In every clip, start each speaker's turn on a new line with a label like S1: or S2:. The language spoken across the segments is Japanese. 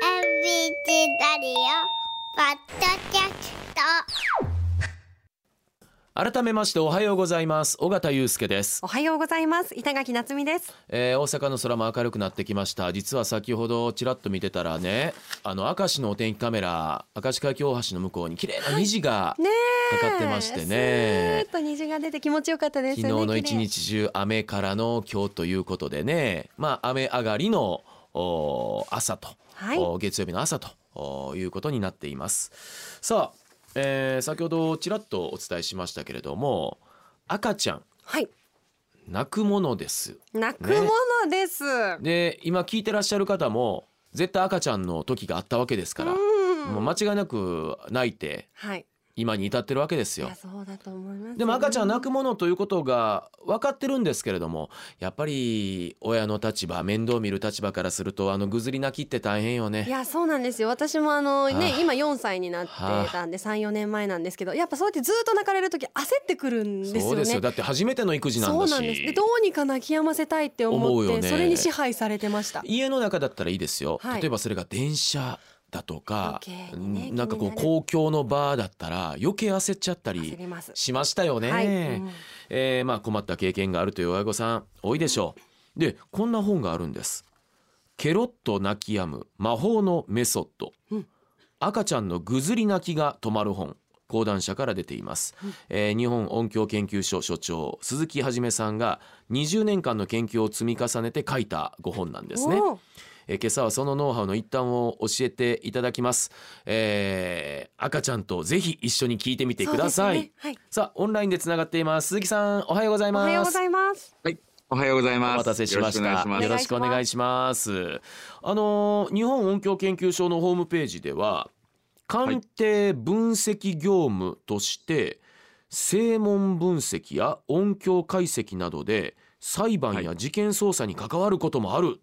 S1: チラリオパッドキャスト
S2: 改めましておはようございます尾形祐介です、
S3: おはようございます板垣夏美です
S2: えー大阪の空も明るくなってきました実は先ほどちらっと見てたらねあの明石のお天気カメラ明石海峡大橋の向こうに綺麗な虹が
S3: ねえ
S2: かかってましてね
S3: スーッと虹が出て気持ちよかったですよ
S2: 昨日
S3: ね
S2: の一日中雨からの今日ということでねまあ雨上がりのお朝と、
S3: はい
S2: お月曜日の朝とおいうことになっていますさあ、えー先ほどちらっとお伝えしましたけれども赤ちゃん
S3: 綺麗
S2: 泣くものです
S3: はい泣くものです、
S2: で今聞いてらっしゃる方も絶対赤ちゃんの時があったわけですから、
S3: うん
S2: もう間違いなく泣いて
S3: はい
S2: 今に至ってるわけです
S3: い
S2: よ
S3: や。そうだと思います、
S2: でも赤ちゃんは泣く
S3: く
S2: ものということが分かってるんですけれどもやっぱり親の立場面倒見る立場からするとあのぐずり泣きって大変よ
S3: い
S2: ね。
S3: やそうなんですよ私もあの
S2: はあ
S3: ね今4歳になってたんで34年前なんですけどやっぱそうやってずっと泣かれる時焦ってくるんですよね
S2: そうですよだって初めての育児なん
S3: そ
S2: だ
S3: う
S2: し
S3: なんですでどうにか泣き止ませたいって
S2: 思
S3: 思
S2: う
S3: っ
S2: よ
S3: て
S2: ね
S3: それに支配されてました
S2: 家の中だったらいいですよ、
S3: はい
S2: 例えばそれが電車だとか、
S3: 余計にね
S2: なんかこう
S3: 気になる
S2: 公共の場だったら余計焦っちゃった
S3: 焦
S2: り
S3: ります
S2: しましたよね。
S3: はいうん
S2: えーまあ困った経験があるという親御さん多いでしょうでこんな本があるんですケロッと泣き止む魔法のメソッド、
S3: うん
S2: 赤ちゃんのぐずり泣きが止まる本講談社から出ています、えー日本音響研究所所長鈴木はじめさんが20年間の研究を積み重ねて書いた5本なんですね
S3: おー
S2: えー今朝はそのノウハウの一端を教えていただきます、えー赤ちゃんとぜひ一緒に聞いてみてください、
S3: そうですねはい
S2: さあオンラインでつながっています鈴木さんおはようござい
S3: お
S2: ます
S3: はようございます
S4: はい、おはようございます。
S2: お待たせしまし
S4: よろ
S2: た
S4: くお願い
S2: よ
S4: し
S2: ろ
S4: ま
S2: しくお願いしますあのー日本音響研究所のホームページでは鑑定分析業務として声紋分析や音響解析などで裁判や事件捜査に関わることもある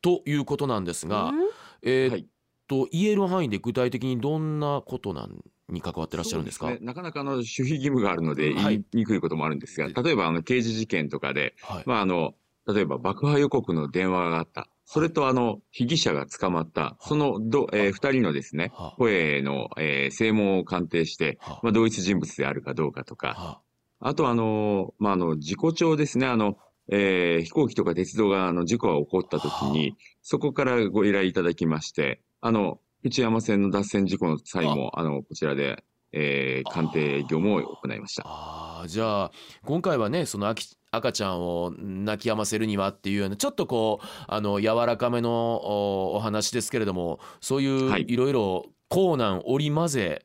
S2: ということなんですが、
S3: うん
S2: えー
S4: は
S2: っ
S4: い
S2: と、言える範囲で具体的にどんなことなんに関わってらっしゃるんですか
S4: そうねなかなかあの守秘義務があるので
S2: はい
S4: 言いにくいこともあるんですが、例えばあの刑事事件とかで、
S2: はい、
S4: まああの、例えば爆破予告の電話があった。それとあの、被疑者が捕まった。そのど、えー二人のですね、
S2: は
S4: 声の、えー声紋を鑑定して、
S2: あは
S4: まあ同一人物であるかどうかと
S2: あ
S4: か、
S2: は
S4: あとあの、まああの、事故調ですね、あの、えー飛行機とか鉄道があの事故が起こった時に、そこからご依頼いただきまして、あの、内山線の脱線事故の際も、あの、こちらで、えー鑑定業務を行いました。
S2: ああーじゃあ今回はねそのあき赤ちゃんを泣き止ませるにはっていうようなちょっとこうあの柔らかめのおお話ですけれどもそういう
S4: はい
S2: いろいろ困難織り交ぜ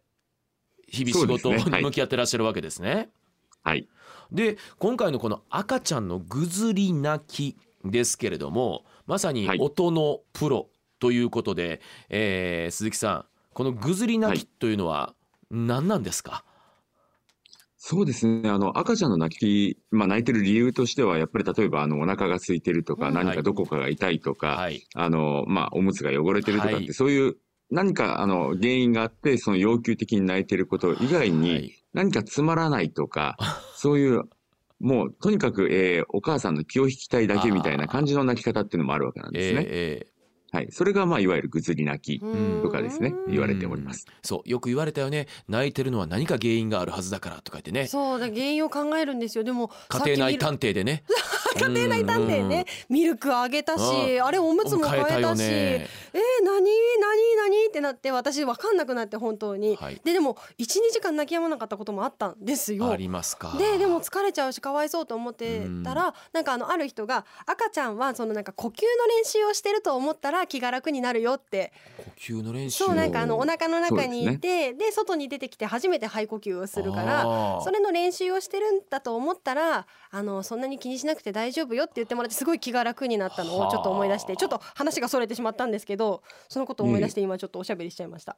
S2: 日々仕事
S4: そうですねは
S2: に
S4: い
S2: 向き合ってらっしゃるわけですね。
S4: はい。
S2: で今回のこの赤ちゃんのぐずり泣きですけれどもまさに
S4: はい
S2: 音のプロということで、えー鈴木さんこのぐずり泣きというのは何なんですか、
S4: そうですね。あの、赤ちゃんの泣き、まあ、泣いてる理由としては、やっぱり例えば、あの、お腹が空いてると
S3: う
S4: か、
S3: ん
S4: 何かどこかが痛いとか、
S2: はい
S4: あの、まあ、おむつが汚れてるとかって、
S2: はい
S4: そういう、何か、あの、原因があって、その要求的に泣いてること以外に、
S2: はい
S4: 何かつまらない とか、そういう、もうとにかく、えーお母さんの気を引きたいだけみたいな感じの泣き方っていうのもあるわけなんですね。
S2: えーえ
S4: はい。それが、まあ、いわゆるぐずり泣き
S2: ん
S4: とかですね、
S3: うん
S4: 言われております
S2: ー。そうよく言われたよね泣いてるのは何か原因があるはずだからとか言ってね
S3: そうだ原因を考えるんですよでもさっき
S2: 家庭
S3: 見
S2: 内
S3: る
S2: 探偵でね家
S3: 家庭内探偵ねミルクあげたしあれおむつも変えたしえー、何何何ってなって私分かんなくなって本当に、
S2: はい
S3: ででも12時間泣き止まなかったこともあったんです
S2: あ
S3: よ。
S2: りますか
S3: ででも疲れちゃうしかわいそうと思ってたら、なんかあのある人が赤ちゃんはそのなんか呼吸の練習をしてると思ったら気が楽になるよって
S2: 呼吸の練習
S3: そうなんかあのお腹の中に
S4: そう
S3: い
S4: で
S3: てで,、外に出てきて初めて肺呼吸をするから
S2: ら
S3: それの練習をしてるんだと思ったらあのそんなに気にしなくて大丈夫よって言ってもらってすごい気が楽になったの
S2: はあ
S3: をちょっと思い出してちょっと話がそれてしまったんですけどそのことを思い出して今ちょっとおしゃべりしちゃいました。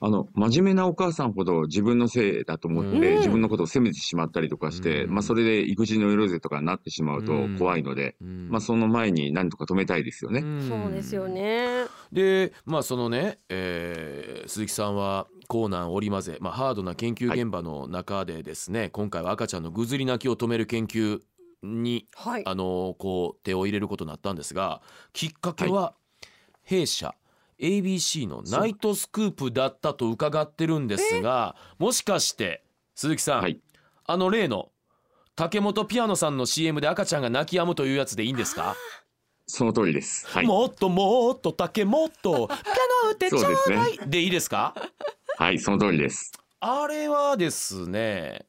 S4: あの、真面目なお母さんほど自分のせいだと思っ
S2: う
S4: て、
S3: ん
S4: 自分のことを責めてしまったりとかして、
S2: うん
S4: まあ、それで育児のエロゼとかになってしまうと
S2: うん
S4: 怖いので、
S2: うん
S4: まあ、その前に何とか止めたいですよね。
S2: ん
S3: そうですよね。
S2: でまあそのね、えー鈴木さんはコーナー織り交ぜ、まあ、ハードな研究現場の中でですね、今回は赤ちゃんのぐずり泣きを止める研究に
S3: はい。
S2: あのこう手を入れることになったんですがきっかけは弊社 ABC のナイトスクープだったと伺ってるんですがもしかして鈴木さん、
S4: はい
S2: あの例の竹本ピアノさんの CM で赤ちゃんが泣き止むというやつでいいんですか、
S4: その通りです。はい。
S2: もっともっと竹本ピ アノ打てちょう
S4: そうですね
S2: だいでいいですか
S4: はい、その通りです。
S2: あれはですね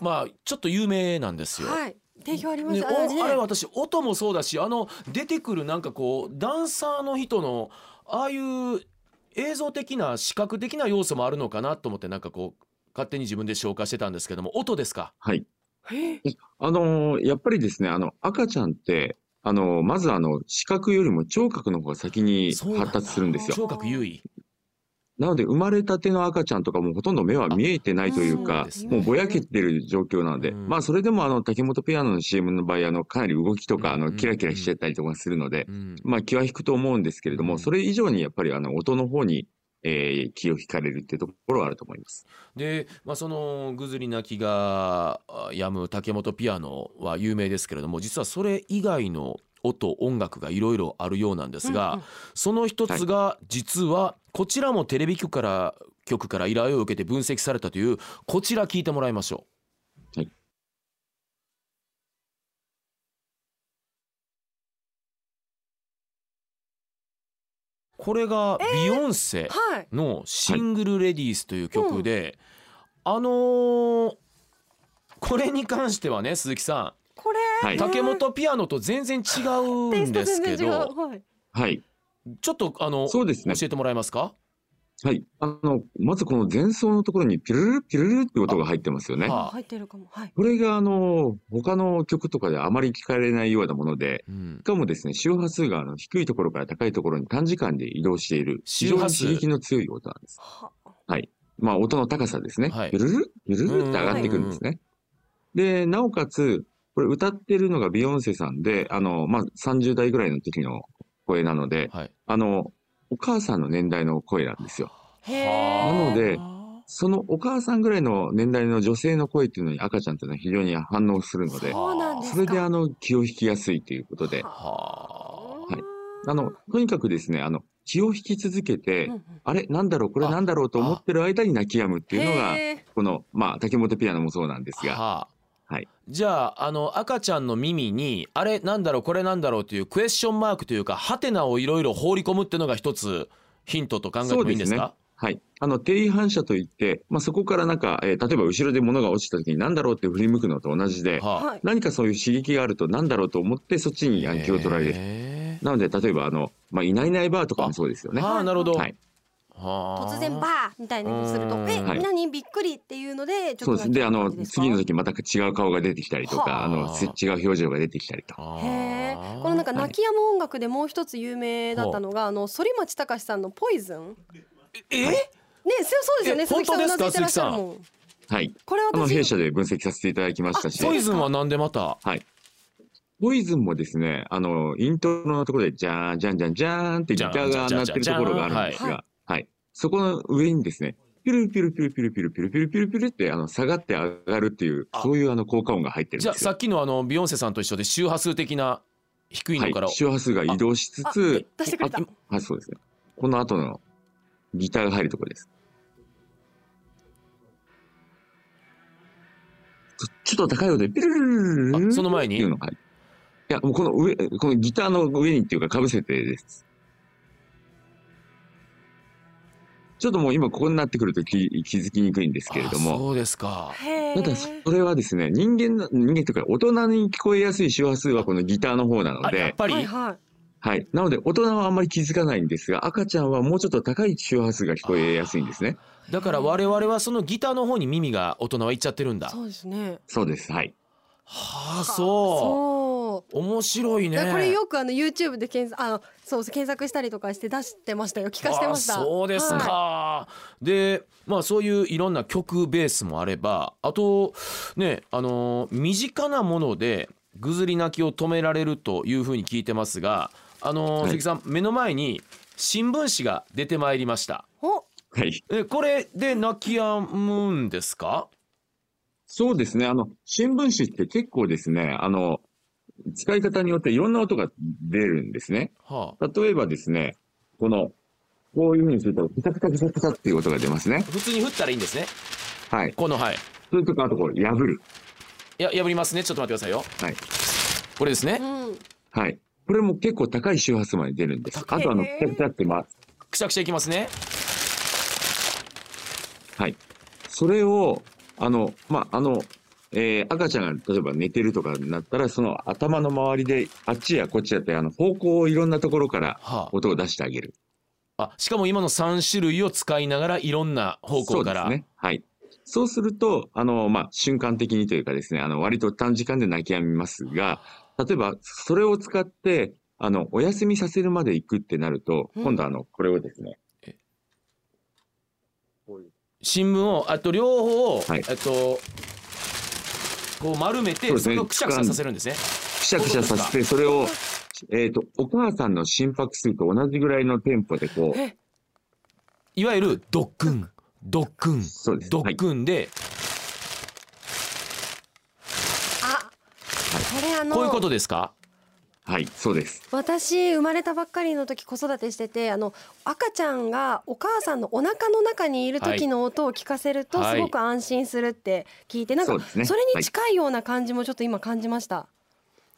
S2: まあちょっと有名なんですよ。
S3: はい定評ありま
S2: ね、
S3: すよ、
S2: お
S3: あのね
S2: あれ私音もそうだしあの出てくるなんかこうダンサーの人のああいう映像的な視覚的な要素もあるのかなと思ってなんかこう勝手に自分で消化してたんですけども音ですか
S3: え
S4: あのーやっぱりですね、あの、赤ちゃんって、あのーまずあの、視覚よりも聴覚の方が先に
S2: そうなんだ
S4: 発達するんですよ。
S2: 聴覚優位
S4: なので、生まれたての赤ちゃんとかもうほとんど目は見えてないという
S2: あそう
S4: か
S2: です、ね
S4: もうぼやけてる状況なので、
S2: うん
S4: まあ、それでもあの、竹本ペアの CM の場合、あの、かなり動きとか、あ
S2: うん
S4: の、キラキラしてたりとかするので、
S2: うん
S4: まあ、気は引くと思うんですけれど
S2: うん
S4: も、それ以上にやっぱりあの、音の方に、えー気を引かれるっていうところはあると思います。
S2: で、まあ、そのぐずり泣きがあ止む竹本ピアノは有名ですけれども実はそれ以外の音音楽がいろいろあるようなんですが、
S3: うんうん
S2: その一つが実はこちらもテレビ局から局から依頼を受けて分析されたというこちら聞いてもらいましょう。
S4: はい
S2: これがビヨンセ、
S3: はい
S2: の「シングルレディース」という曲で、あのーこれに関してはね鈴木さ
S3: これ、
S4: は
S2: ん
S4: いえ
S2: 竹本ピアノと全然違
S3: テ
S2: う
S3: イ
S2: ん
S3: スト
S2: ですけ
S3: 全然違う
S2: ど
S3: はい
S4: はい。
S2: ちょっとあの、
S4: そうですね。
S2: 教えてもらえますか、
S4: はい。あの、まずこの前奏のところにピルルルピルルルって音が入ってますよね。
S2: あ
S3: 入ってるかもはい
S4: これがあの、他の曲とかであまり聞かれないようなもので、
S2: うん
S4: し、かもですね、周波数があの低いところから高いところに短時間で移動している、
S2: 周
S4: 非常
S2: 波
S4: に
S2: 数
S4: 刺激の強い音なんです。
S3: は
S4: まあ、音の高さですね。
S2: はい
S4: ピルルルピルルルって上がってくるんですね。で、なおかつ、これ歌ってるのがビヨンセさんで、あの、まあ、30代ぐらいの時の声なので、
S2: はい、
S4: あの、お母さんの年代の声なんですよ。
S3: へ
S2: はあ
S3: え
S4: なのでそのお母さんぐらいの年代の女性の声っていうのに赤ちゃんというのは非常に反応するので、
S2: は
S3: そうなんです
S4: そ
S3: か
S4: れであの気を引きやすいということで、
S2: はあ
S4: いあの、とにかくですね、あの、気を引き続けて、
S3: うんうん
S4: あれなんだろうこれなんだろうと思ってる間に泣き止むっていうのが、
S3: へ
S4: この、まあ、竹本ピアノもそうなんですが、
S2: はあ
S4: はい
S2: じゃああの赤ちゃんの耳にあれなんだろうこれなんだろうというクエスチョンマークというかハテナをいろいろ放り込むっていうのが一つヒントと考えてもいいんですか
S4: はい。あの、定位反射といって、まあ、そこからなんか、えー例えば後ろで物が落ちた時になんだろうって振り向くのと同じで、
S2: はあ
S3: はい
S4: 何かそういう刺激があるとなんだろうと思ってそっちに気を取られる。
S2: る
S4: なので、例えば、あの、まあ、いないいないバーとかもそうですよね。
S2: ああなるほど、
S4: はい
S2: はあ
S3: 突然バーみたいなのをすると
S2: うーん
S3: え
S4: はい
S3: 何びっくりっていうのでち
S4: そ
S3: ょ
S4: う
S3: っ
S4: で
S3: と
S4: す。で、あの、次の
S3: 時
S4: 時また違う顔が出てきたりと
S2: はあ
S4: か、あの、せ違う表情が出てきたりと。
S2: あー
S3: へえこのなんか泣き止む音楽でもう一つ有名だったのがあの反町隆史さんのポイズン
S2: え
S3: ねそうそうですよ
S2: え
S3: ね鈴木さんう
S2: 本
S3: な
S2: 当
S3: ず
S2: で
S3: い
S2: す
S3: て
S2: から
S3: っしゃるもん
S4: はい。
S3: これ
S4: あの、
S3: 私
S4: 弊社で分析させていただきましたし、
S2: ポイズンはなんでまた
S4: ポイズンもですね、あの、イントロのところで、じゃーん、じゃんじゃんじゃーんってギターが鳴ってるところがあるんです
S3: じゃんじゃんじゃんは
S4: が、はい。そこの上にですね、ピュルピュルピュルピュルピュルピュルピュルピュルピュルって、あの、下がって上がるっていう
S2: あ、
S4: そういうあの、効果音が入ってるん
S2: じゃ
S4: で
S2: あ
S4: す
S2: さ
S4: よ。
S2: っきのあのビヨンセさんと一緒で周波数的な低い
S4: は
S2: の
S4: い
S2: から、。
S4: 周波数が移動しつつ、
S3: 出してくれた
S4: あこはい、そうですね。この後のギターが入るところです。ちょちょっと高いので、ピルルルルルル
S2: あその前に
S4: っていうのが入るいや、もうこの上、このギターの上にっていうか被せてです。ちょっともう今ここになってくると気気づきにくいんですけれど
S2: あ
S4: も、
S2: そうですか
S3: へ
S4: ただそれはですね、人間の、人間というか大人に聞こえやすい周波数はこのギターの方なの
S2: あやっ
S4: で、
S2: ぱり、
S3: はいはい
S4: はい。なので、大人はあんまり気づかないんですが、赤ちゃんはもうちょっと高い周波数が聞こえやすいんですね。
S2: だから我々はそのギターの方に耳が大人はいっちゃってるんだ
S3: そうですね
S4: そうです。はい。
S2: はあそ
S3: そう
S2: 面白い
S3: だから
S2: ね
S3: これよくあの YouTube で検索あのそう検索したりとかして出してましたよ聞かしてました
S2: あそうですか、
S3: は
S2: でまあそういういろんな曲ベースもあればあとねあのー身近なものでぐずり泣きを止められるというふうに聞いてますがあのー
S4: はい
S2: 鈴木さん目の前に新聞紙が出てまいりました
S3: いお
S4: はい。
S2: えこれで泣き止むんですか
S4: そうですね。あの、新聞紙って結構ですね、あの、使い方によっていろんな音が出るんですね。
S2: は
S4: 例えばですね、この、こういうふうにすると、ピタピタピタピタっていう音が出ますね。
S2: 普通に振ったらいいんですね
S4: はい。
S2: このはい
S4: それとか、あとこう、破る。
S2: いや破りますねちょっと待ってくださいよ
S4: はい。
S2: これですね
S3: うん。
S4: はい。これも結構高い周波数まで出るんです。
S3: 高
S4: あ
S3: い
S4: とあの、ピ
S3: へー
S4: タピタって回す。
S2: くしゃくしゃいきますね
S4: はい。それを、あの、まあ、あの、えー赤ちゃんが例えば寝てるとかになったら、その頭の周りで、あっちやこっちやって、あの、方向をいろんなところから
S2: は
S4: 音を出してあげる。
S2: ああしかも今の三種類を使いながらいろんな方向から
S4: そうですね。はい。そうすると、あの、まあ、瞬間的にというかですね、あの、割と短時間で泣き止みますが、例えば、それを使って、あの、お休みさせるまで行くってなると、
S3: うん
S4: 今度あの、これをですね
S2: え、
S4: こういう
S2: 新聞をあと両方を、
S4: はい
S2: えっとこう丸めて
S4: そ
S2: そう
S4: ですね
S2: れをくしゃくしゃさせるんですね
S4: くしゃくしゃさせて、それを、えっ、と、お母さんの心拍数と同じぐらいのテンポでこう、
S3: え、
S2: いわゆるドックンドックン
S4: そうです。
S2: ド
S4: は
S2: ッ
S4: い。
S2: クンで、
S3: あ、これあの。
S2: こういうことですか
S4: はい、そうです。
S3: 私生まれたばっかりの時子育てしててあの赤ちゃんがお母さんのお腹の中にいる時の音を聞かせると
S2: はい
S3: すごく安心するって聞いて、なん
S4: そう
S3: か
S4: ですね。
S3: それ
S4: は
S3: に
S4: い、
S3: 近いような感じもちょっと今感じました。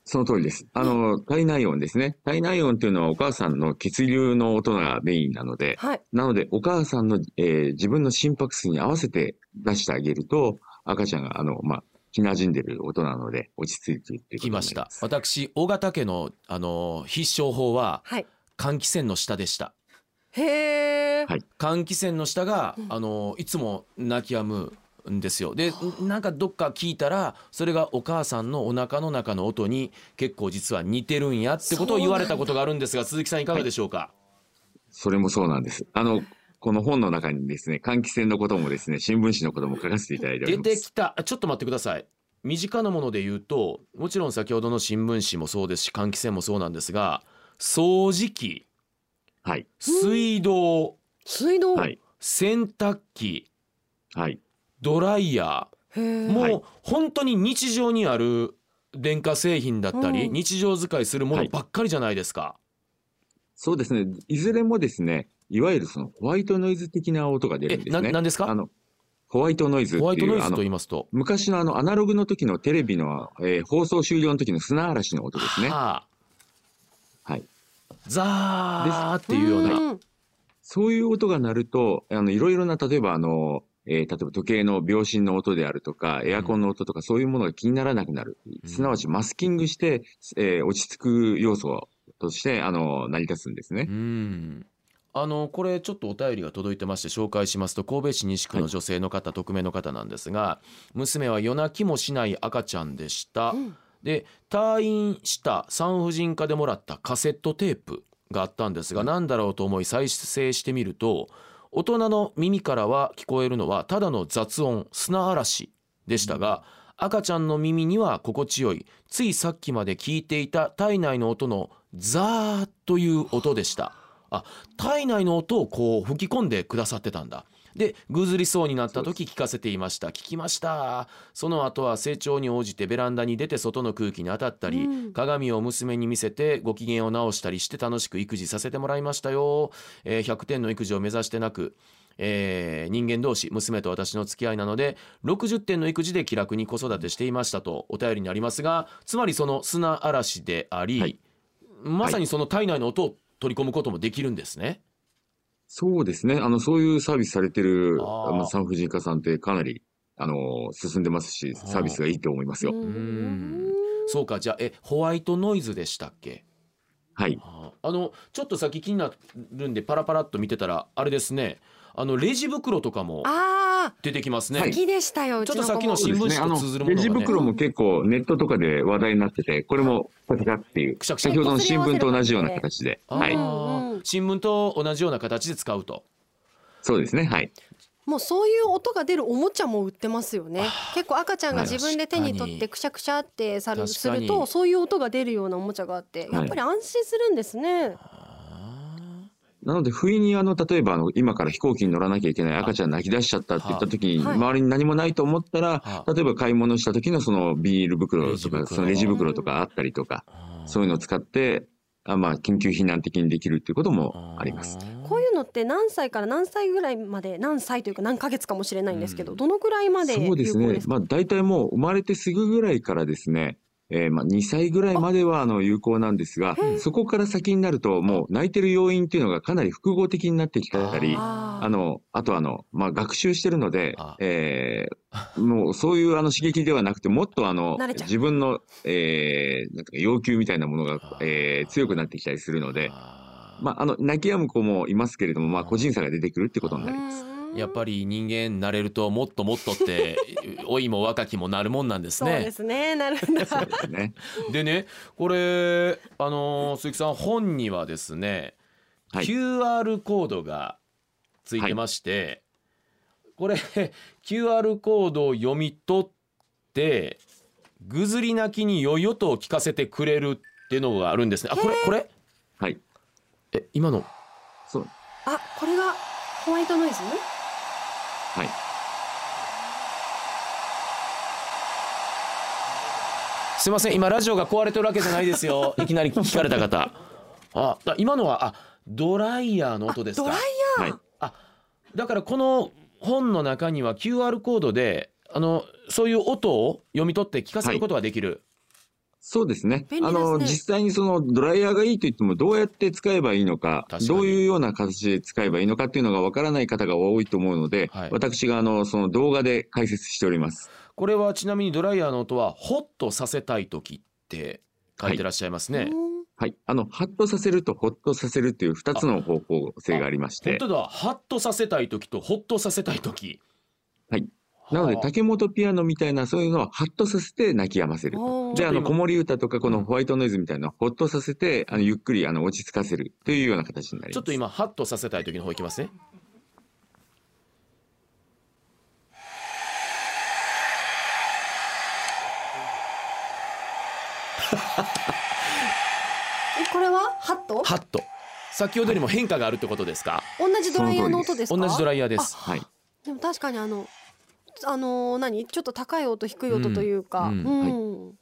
S4: その通りです。あの、体内音ですね。体内音というのはお母さんの血流の音がメインなので、
S3: はい。
S4: なので、お母さんの、えー自分の心拍数に合わせて出してあげると、赤ちゃんが、あの、まあ、ひなじんでる音なので、落ち着いているってい
S2: 来
S4: うことにな
S2: ま
S4: り
S2: した私大型家のあの必勝法は
S3: はい。
S2: 換気扇の下でした
S3: へえ。
S4: はい
S2: 換気扇の下が、
S3: うん
S2: あのいつも泣き止むんですよでなんかどっか聞いたらそれがお母さんのお腹の中の音に結構実は似てるんやってことを言われたことがあるんですが鈴木さんいかがでしょうか、
S4: それもそうなんです。あの、この本の中にですね、換気扇のこともですね、新聞紙のことも書かせていただいており
S2: 出
S4: ます。
S2: てきたあちょっと待ってください身近なもので言うともちろん先ほどの新聞紙もそうですし換気扇もそうなんですが掃除機
S4: はい。
S2: 水道
S3: 水道。
S4: はい。
S2: 洗濯機
S4: はい。
S2: ドライヤ
S3: へえ。
S2: ー
S3: う
S4: は
S2: も
S4: いう
S2: 本当に日常にある電化製品だったり、
S3: うん
S2: 日常使いするも
S4: は
S2: の
S4: い
S2: ばっかりじゃないですか、
S4: そうですね。いずれもですね、いわゆるそのホワイトノイズ的な音が出る
S2: え
S4: んです
S2: な
S4: ね。
S2: なんです
S4: あ
S2: か
S4: の、ホワイトノイズって
S2: ホワイト
S4: い
S2: ノイ
S4: う、あ
S2: ズと
S4: の
S2: 言、いますと
S4: 昔のあの、アナログの時のテレビの、えー放送終了の時の砂嵐の音ですね。
S2: はあ
S4: はい。
S2: ザーっていうような、
S3: ん
S4: そういう音が鳴ると、あの、いろいろな、例えばあの、えー例えば時計の秒針の音であるとか、エアコンの音とか、そういうものが気にならなくなる。
S2: うん
S4: すなわちマスキングして、えー落ち着く要素として、あの、成り立つんですね
S2: う。んあのこれちょっとお便りが届いてまして紹介しますと神戸市西区の女性の方、匿名の方なんですが娘は夜泣きもしない赤ちゃんでした、
S3: うん
S2: で退院した産婦人科でもらったカセットテープがあったんですが何だろうと思い再生してみると大人の耳からは聞こえるのはただの雑音砂嵐でしたが赤ちゃんの耳には心地よいついさっきまで聞いていた体内の音のザーッという音でした。あ体内の音をこう吹き込んでくださってたんだ。でぐずりそうになった時聞かせていました聞きましたその後は成長に応じてベランダに出て外の空気に当たったり、
S3: うん
S2: 鏡を娘に見せてご機嫌を直したりして楽しく育児させてもらいましたよ、えー100点の育児を目指してなく、えー人間同士娘と私の付き合いなので60点の育児で気楽に子育てしていましたとお便りにありますがつまりその砂嵐であり、
S4: はい
S2: まさにその体内の音を取り込むこともできるんですね。
S4: そうですね。あの、そういうサービスされてる、
S2: あー
S4: まあ、産婦人科さんってかなり、あの、進んでますし、サービスがいいと思いますよ。
S2: んそうかじゃあえホワイトノイズでしたっけ
S4: はい。
S2: ああのちょっと先気になるんでパラパラっと見てたらあれですねあのレジ袋とかも
S3: あ
S2: 出てきます
S3: あ、
S2: ね、
S4: はい
S3: 先でしたよ。うちの
S2: ちょっと先の
S3: 子
S2: 新
S3: も
S2: 聞紙
S4: そうですねあ
S2: と通ずるものがね
S4: レジ袋も結構ネットとかで話題になってて、これもパチパチっていう。
S2: くしゃくしゃ
S4: 先ほどの新聞と同じような形で。
S2: あ
S4: はい
S3: うん。
S2: ー新聞と同じような形で使うと
S4: そうですね。はい。
S3: もうそういう音が出るおもちゃも売ってますよね。結構赤ちゃんが自分で手に取っ
S2: 確か
S3: て
S2: に
S3: くしゃくしゃってさる
S2: 確
S3: す
S2: かに
S3: るとそういう音が出るようなおもちゃがあって
S4: はい
S3: やっぱり安心するんですね。
S4: なので、不意にあの、例えばあの、今から飛行機に乗らなきゃいけない赤ちゃん泣き出しちゃったって言った時に、
S3: はい
S4: 周りに何もないと思った
S2: は
S4: ら、
S2: い
S4: 例えば買い物した時のそのビー
S2: レ
S4: ル袋
S2: ジ
S4: と
S2: 袋
S4: か、そのレジ袋とかあったりとか、そういうのを使って、あまあ、緊急避難的にできるっていうこともあります。
S3: こういうのって何歳から何歳ぐらいまで何歳というか何ヶ月かもしれないんですけど、
S2: うん
S3: どのぐらいまで有
S4: そ
S3: 効
S4: うで
S3: です
S4: す
S3: か
S4: ね。まあ、大体もう生まれてすぐぐらいからですね、えーまあ、2歳ぐらいまではあの有効なんですが、そこから先になると、もう泣いてる要因っていうのがかなり複合的になってきたり、
S3: あー
S4: あの、あとあの、まあ、学習してるので
S2: あ、
S4: えーもうそういうあの刺激ではなくて、もっとあの
S3: 慣れ、ちゃう
S4: 自分の、えーなんか要求みたいなものが
S2: あ、ー
S4: えー強くなってきたりするので、
S2: あー
S4: まあ、あの、泣き止む子もいますけれども、まあ、個人差が出てくるってことになります。
S3: うん
S2: やっぱり人間なれるともっともっとって 老いも若きもなるもんなんです
S3: そうで
S2: ね。
S3: すねなるんだ
S4: そうですね。
S2: でねこれあのー鈴木さん本にはですね、
S4: はい
S2: QR コードがついてまして、これ QR コードを読み取ってぐずり泣きによよと聞かせてくれるっていうのがあるんですね。あこれこれ
S4: はい。
S2: え今の
S4: そう。
S3: あこれがホワイトノイズ
S4: はい。
S2: すいません今ラジオが壊れてるわけじゃないですよいきなり聞かれた方あだ今のはあドライヤーの音ですか
S3: ドライヤー、
S4: はい
S2: だからこの本の中には QR コードであのそういう音を読み取って聞かせることができる、
S4: そうですね。
S3: 便利です
S4: あ
S3: ね
S4: の、実際にそのドライヤーがいいと言っても、どうやって使えばいいのか
S2: 確かに
S4: どういうような形で使えばいいのかっていうのがわからない方が多いと思うので、
S2: はい
S4: 私があの、その動画で解説しております。
S2: これはちなみにドライヤーの音はホッとさせたい時って書いてらっしゃいますね、
S3: うん
S4: はい。あの、ハッとさせるとホッとさせるっていう二つの方向性がありまし
S2: 本
S4: て、
S2: 当だハッとさせたい時とホッとさせたい時
S4: はいなので、
S2: はあ
S4: 竹本ピアノみたいな、そういうのはハッとさせて泣き止ませる。
S3: おー
S4: で、あの、
S2: 今
S4: 子守歌とか、こ
S2: うん
S4: のホワイトノイズみたいなのをホッとさせて、あの、ゆっくり、あの、落ち着かせるというような形になります。
S2: ちょっと今ハッとさせたい時の方いきますね
S3: えこれはハット
S2: ハッと先ほどよりも変化があるってことですか
S3: 同じドライヤーの音ですか
S2: 同じド
S3: ラ
S2: ライヤーです
S4: はい。
S3: でも確かにあのあのー何ちょっと高い音低い音というか、う
S2: うんん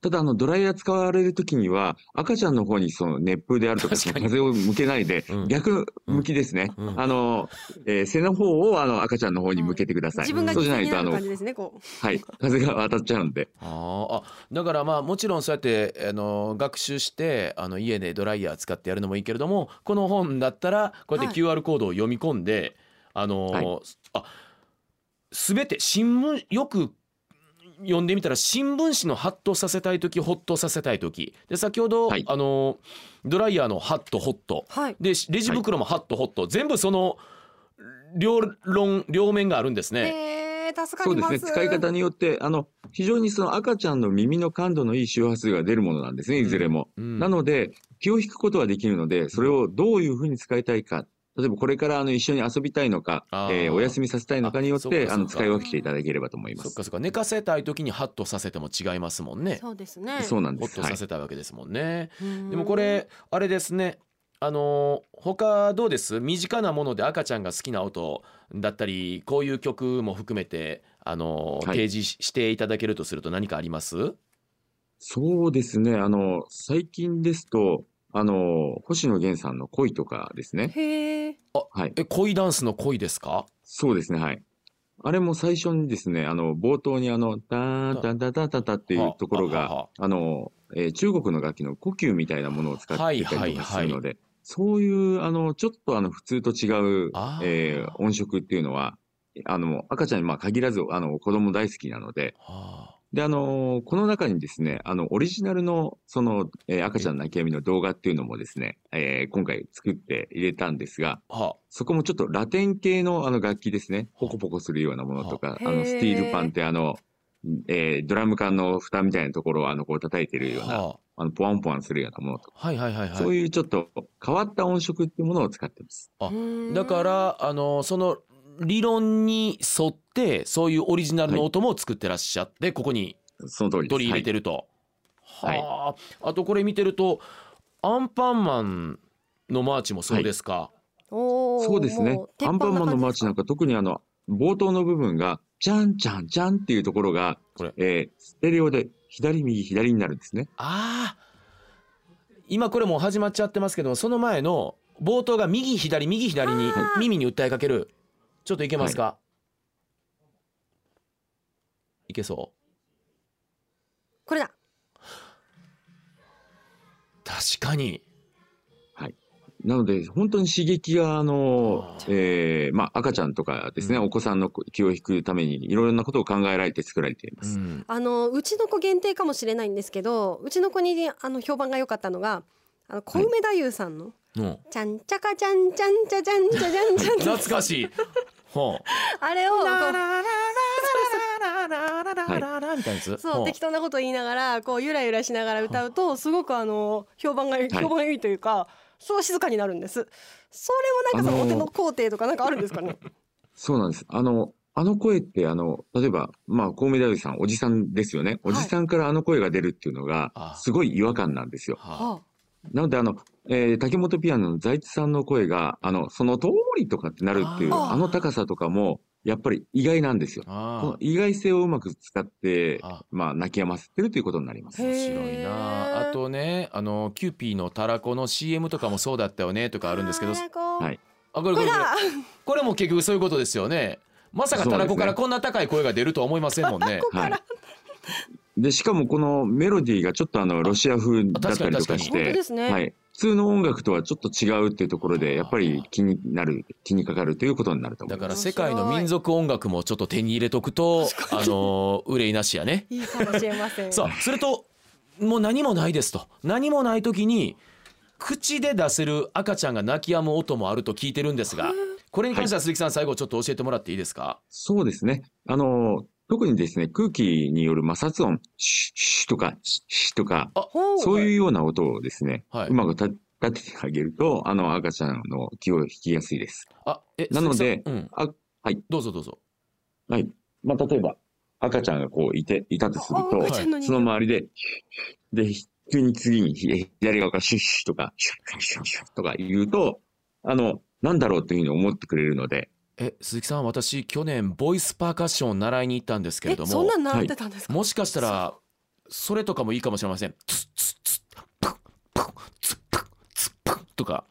S4: ただ、あの、ドライヤー使われるときには、赤ちゃんの方にその熱風であるとか、そ
S2: 確
S4: の
S2: かに
S4: 風を向けないで、
S2: うん
S4: 逆向きですね。
S2: うん
S4: あの、えー背の方をあの赤ちゃんの方に向けてください。
S3: 自分が
S4: そう
S3: 気
S4: じ
S3: に
S4: ゃないと、
S3: な
S4: あ
S3: る
S4: の
S3: 感、じですねこう
S4: はい、風が当たっちゃうんで。
S2: あーあだからまあもちろんそうやってあの学習してあの家でドライヤー使ってやるのもいいけれどもこの本だったらこうやって QR コードを読み込んで、あのー
S4: はい
S2: あ全て新聞よく読んでみたら新聞紙のハッとさせたい時ホッとさせたい時で先ほど、
S4: はい
S2: あのードライヤーのハッとホッと
S3: はい
S2: でレジ袋もハッとホッと、全部その両論両面があるんですね。
S3: えー、助か
S4: そう
S3: り
S4: で
S3: ますす
S4: ね。使い方によって、あの、非常にその赤ちゃんの耳の感度のいい周波数が出るものなんですね、いずれも。
S2: うん
S4: なので、気を引くことはできるので、それをどういうふうに使いたいか、例えばこれからあの一緒に遊びたいのか、
S2: あー
S4: えーお休みさせたいのかによっ
S2: あそう
S4: て、
S2: か
S4: あの、
S2: そうか
S4: 使い分けていただければと思いま
S2: そっ
S4: す。
S2: かそっか寝かせたい時にハッとさせても違いますもんね。
S3: そうですね
S4: そうなん
S2: ホ
S4: で
S2: ッ
S4: す。
S2: と
S4: は
S2: さ
S4: い。
S2: せたいわけですもんね。
S3: で
S2: でもこれあれですね。あのー他どうです？身近なもので赤ちゃんが好きな音だったり、こういう曲も含めてあのー
S4: はい
S2: 提示ししていただけるとすると何かあります？
S4: そうですね。あの、最近ですと、あの、星野源さんの恋とかですね。
S3: へえ
S4: はい。
S2: え恋ダンスの恋ですか？
S4: そうですね。はい。あれも最初にですね、あの、冒頭にあの、ダーン、ダンダダダダっていうところ
S2: はあはあ
S4: が、
S2: は
S4: あの、えー中国の楽器の呼吸みたいなものを使っていたりとかする
S2: は
S4: ので、
S2: いはい
S4: そういう、あの、ちょっとあの、普通と違う
S2: あ、ー
S4: えー音色っていうのは、あの、赤ちゃんにまあ限らず、あの、子供大好きなので、
S2: あはあ
S4: で、あのこの中にですね、あの、オリジナルの、その、えー赤ちゃんの泣きやみの動画っていうのもですね、えー今回作って入れたんですが、
S2: は
S4: そこもちょっとラテン系のあの楽器ですね、ポコポコするようなものとか、
S3: は
S4: あ
S3: へー
S4: の、スティールパンってあの、えードラム缶の蓋みたいなところをあの、こう叩いてるような、
S2: は
S4: あの、ポワンポワンするようなものとか、
S2: あはいはいはいはい。
S4: そういうちょっと変わった音色っていうものを使ってます。
S2: あだからあのその理論に沿ってそういうオリジナルの音も作ってらっしゃって、ここに
S4: その通りです。
S2: 取り入れて
S4: る。
S2: ると。は
S4: はい
S2: あ、あとこれ見てるとアンパンマンのマーチもそうですか。
S3: おー
S4: そうですね
S3: も。鉄板
S4: アン
S3: な
S4: パンマンのマー
S3: 感
S4: チ
S3: じ
S4: なんか特にあの、冒頭の部分が、じゃんじゃんじゃんっていうところが
S2: これ、
S4: えーステレオで左右左になるんですね。
S2: ああ今これもう始まっちゃってますけどその前の冒頭が右左右左に
S3: はい
S2: 耳に訴えかけるちょっといけますか、い、けそう
S3: これだ
S2: 確かに
S4: なので、本当に刺激が、あの
S2: あ、ー
S4: えーまあ、赤ちゃんとかですね、
S2: うん
S4: お子さんの気を引くために、いろいろなことを考えられて作られていま
S2: う
S4: す。
S2: ん
S3: あのうちの子限定かもしれないんですけどうちの子にあの評判が良かったのがあの小梅太夫さんの、
S2: うん
S3: ちゃんちゃかちゃんちゃんちゃちゃんちゃちゃんちゃんちゃ
S2: 懐か しいほう
S3: あれをこう
S2: みたいなやつ
S3: そう適当なこと言いながらこうゆらゆらしながら歌うとすごくあの評判が評判がいいというか、そう静かになるんです。それもなんかそのお
S4: あの
S3: 手
S4: ー
S3: の工程とかなんかあるんですかね。
S4: そうなんです。あの、あの声って、あの、例えば、まあ、コウメ太夫さん、おじさんですよね。
S3: は
S4: お
S3: い
S4: じさんからあの声が出るっていうのが
S2: あ、
S4: すごい違和感なんですよ。
S2: は
S4: なので、あの、えー竹本ピアノの財津さんの声が、あの、その通りとかってなるっていう、
S3: あー
S4: あの高さとかも、やっぱり意外なんですよ。こ
S2: あ
S4: の意外性をうまく使って
S2: あ、あ
S4: まあ、泣き止ませてるということになります。
S3: へ
S2: 面
S3: ー
S2: 白いなあとねあのキューピーのたらこの CM とかもそうだったよねとかあるんですけど
S3: ーこう
S4: はい
S2: あこれ
S3: こ
S2: こ
S3: れ
S2: れこれ
S3: だ。
S2: これも結局そういうことですよねまさかたらこからこんな高い声が出るとは思いませんもん ね
S4: はい。で、しかもこのメロディーがちょっとあの、ロシア風だったりとかし
S3: 本当
S4: て
S3: で、すね。
S4: はい。普通の音楽とはちょっと違うっていうところで、やっぱり気になる、気にかかるということになると思
S2: だ
S4: いま
S2: か
S4: す。
S2: ら世界の民族音楽もちょっと手に入れとくとあの憂いなしやね
S3: いいかもしれません。
S2: さあそれともう何もないですと何もない時に口で出せる赤ちゃんが泣き止む音もあると聞いてるんですがこれに関しては鈴木さん最後ちょっと教えてもらっていいですか
S4: そうですね。あの、特にですね、空気による摩擦音、シュッシュッとか、シュッシュッとか、
S3: ほう
S4: そういうような音をですね、
S2: はいう
S4: まくた立ててあげると、あの赤ちゃんの気を引きやすいです。
S2: あえ
S4: なので
S2: 鈴木さんうん
S4: あはい
S2: どうぞどうぞ
S4: はい。まあ、例えば、赤ちゃんがこういて、いたとすると、
S3: あ赤ちゃんの
S4: その周りで、で、急に次にひ左側からシュッシュとか、シュッシュッシュッとか言うと、あの、なんだろうというふうに思ってくれるので、
S2: え鈴木さん私去年ボイスパーカッションを習いに行ったんですけれ
S3: え
S2: ど
S3: そん
S2: も
S3: なんなってたんですか。
S2: もしかしたらそれとかもいいかもしれませんツッツッツップンプンツップンツップンとか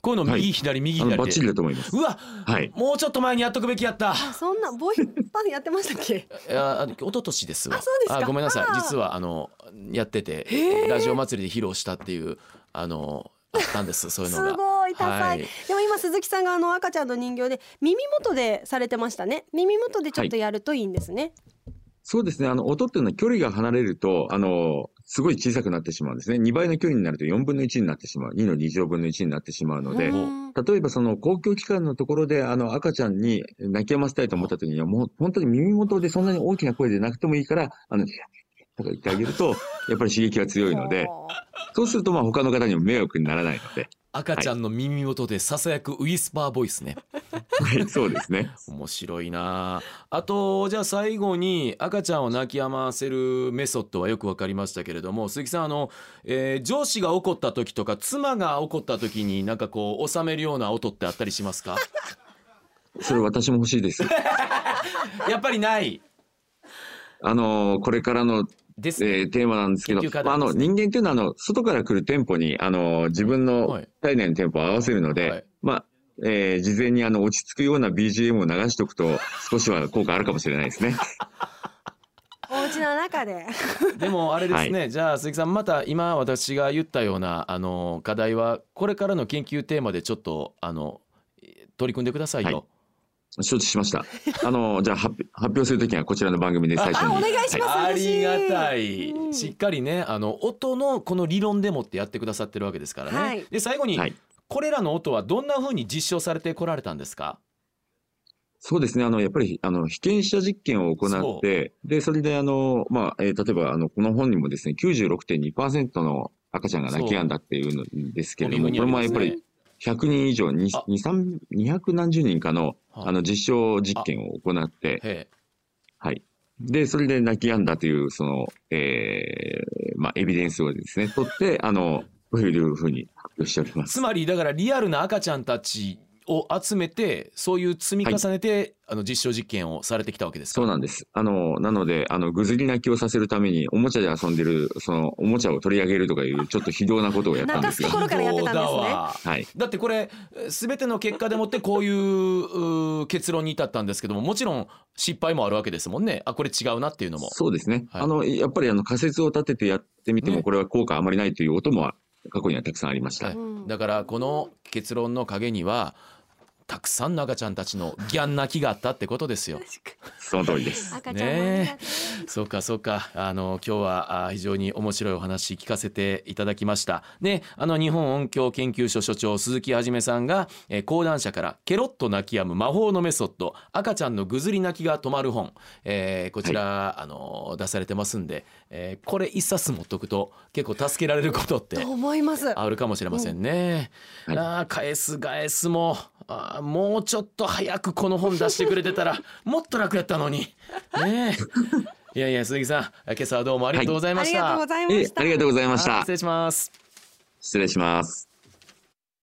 S2: こういうの
S4: は
S2: 右
S4: い
S2: 左右
S4: あの、
S2: 左
S4: バッチ
S2: で
S4: リだと思います。
S2: うわ
S4: はい。
S2: もうちょっと前にやっとくべきやった
S3: あそんなボイパンやってましたっけ。
S2: いやあの一昨年ですわ
S3: あそうですか
S2: ごめんなさい
S3: あー
S2: 実はあのやってて
S3: へー
S2: ラジオ祭りで披露したっていうあのあったんですそういう
S3: す
S2: のが
S3: ごい多彩、
S2: はい
S3: でも今鈴木さんがあの赤ちゃんの人形で耳元でされてましたね耳元でちょっとやるといいんですね、
S4: そうですね。あの、音っていうのは距離が離れると、あの、すごい小さくなってしまうんですね。2倍の距離になると4分の1になってしまう。2の2乗分の1になってしまうので
S3: う、ん
S4: 例えばその公共機関のところであの赤ちゃんに泣き止ませたいと思った時にはもう本当に耳元でそんなに大きな声で泣くともいいから、あの、とか言ってあげると、やっぱり刺激が強いので、
S3: ほう
S4: そうするとまあ他の方にも迷惑にならないので、
S2: 赤ちゃんの耳元でささやくウィスパーボイス ね
S4: はい、そうですね。
S2: 面白いなああとじゃあ最後に赤ちゃんを泣き止ませるメソッドはよくわかりましたけれども鈴木さんあの、えー上司が怒った時とか妻が怒った時になんかこう収めるような音ってあったりします か
S4: それ私も欲しいです。
S2: やっぱりない
S4: あのこれからの
S2: ですね、
S4: えーテーマなんですけど、
S2: 研究家
S4: まあ、あ
S2: なんで
S4: の
S2: すね
S4: 人間っていうのはあの外から来る店舗にあの自分
S2: は
S4: の
S2: い
S4: 体内の店舗を合わせるので、
S2: はい
S4: まあえー事前にあの落ち着くような BGM を流しておくと少しは効果あるかもしれないですね。
S3: お家の中で
S2: でもあれですね、じゃあ鈴木さんまた今私が言ったようなあの課題はこれからの研究テーマでちょっとあの取り組んでくださいよ。
S4: 承知しました。あのじゃあ発表発表するときはこちらの番組で最初に。
S3: あお願いします
S4: は
S2: ありがたい、
S3: 嬉しいうん
S2: しっかりねあの音のこの理論でもってやってくださってるわけですからね、
S3: はい
S2: で最後に、
S4: はい
S2: これらの音はどんな風に実証されてこられたんですか
S4: そうですね。あの、やっぱり、あの、被験者実験を行
S2: そ
S4: って、で、それで、あの、まあ、えー例えば、あの、この本にもですね、96.2%の赤ちゃんが泣き止んだっていうんですけれども、
S2: そう
S4: これもやっぱ
S2: こ
S4: り、100人以上、に
S2: あ
S4: に三200何十人かの、
S2: はあ
S4: あの、実証実験を行って、
S2: へえ
S4: はい。で、それで泣き止んだという、その、えーまあ、エビデンスをですね、取って、あの、こういうふうに発表しております。
S2: つまりだからリアルな赤ちゃんたちを集めてそういう積み重ねて、あの実証実験をされてきたわけですか
S4: そうなんです。あの、なので、あの、ぐずり泣きをさせるために、おもちゃで遊んでる、その、おもちゃを取り上げるとかいう、ちょっと非道なことをやったんです
S3: 泣
S4: が
S3: かすとこ。ろからやってたんですね
S2: そうだわ
S4: はい。
S2: だってこれえー全ての結果でもってこういううー結論に至ったんですけどももちろん失敗もあるわけですもんねあこれ違うなっていうのも
S4: そうですね。
S2: はい
S4: あの、やっぱり、あの、仮説を立ててやってみて
S2: ね
S4: も、これは効果あまりないという音も、過去にはたくさんありました。
S2: はい
S3: うん
S2: だからこの結論の陰にはたくさんの赤ちゃんたちのギャン泣きがあったってこと ですよ。
S4: その通りです。
S3: 赤ちゃんもありが
S2: ね
S3: と
S2: えそうかそうかあの今日はあ非常に面白いお話聞かせていただきましたねあの日本音響研究所所長鈴木はじめさんが、えー講談社からケロッと泣き止む魔法のメソッド赤ちゃんのぐずり泣きが止まる本、えーこちら、あの出されてますんで、えーこれ一冊持っとくと結構助けられることって
S3: うと思います。
S2: あるかもしれませんね。
S4: うん
S2: ああ返す返すもあーもうちょっと早くこの本出してくれて たらもっと楽やったのに。ねえ。いやいや鈴木さん今朝はどうもありがとうござい
S3: あ
S2: まし
S3: り
S2: た。
S3: がとうございま
S4: ええ
S3: した。
S4: ありがとうございまし
S2: はい
S4: た
S2: 失。礼します。
S4: 失礼します。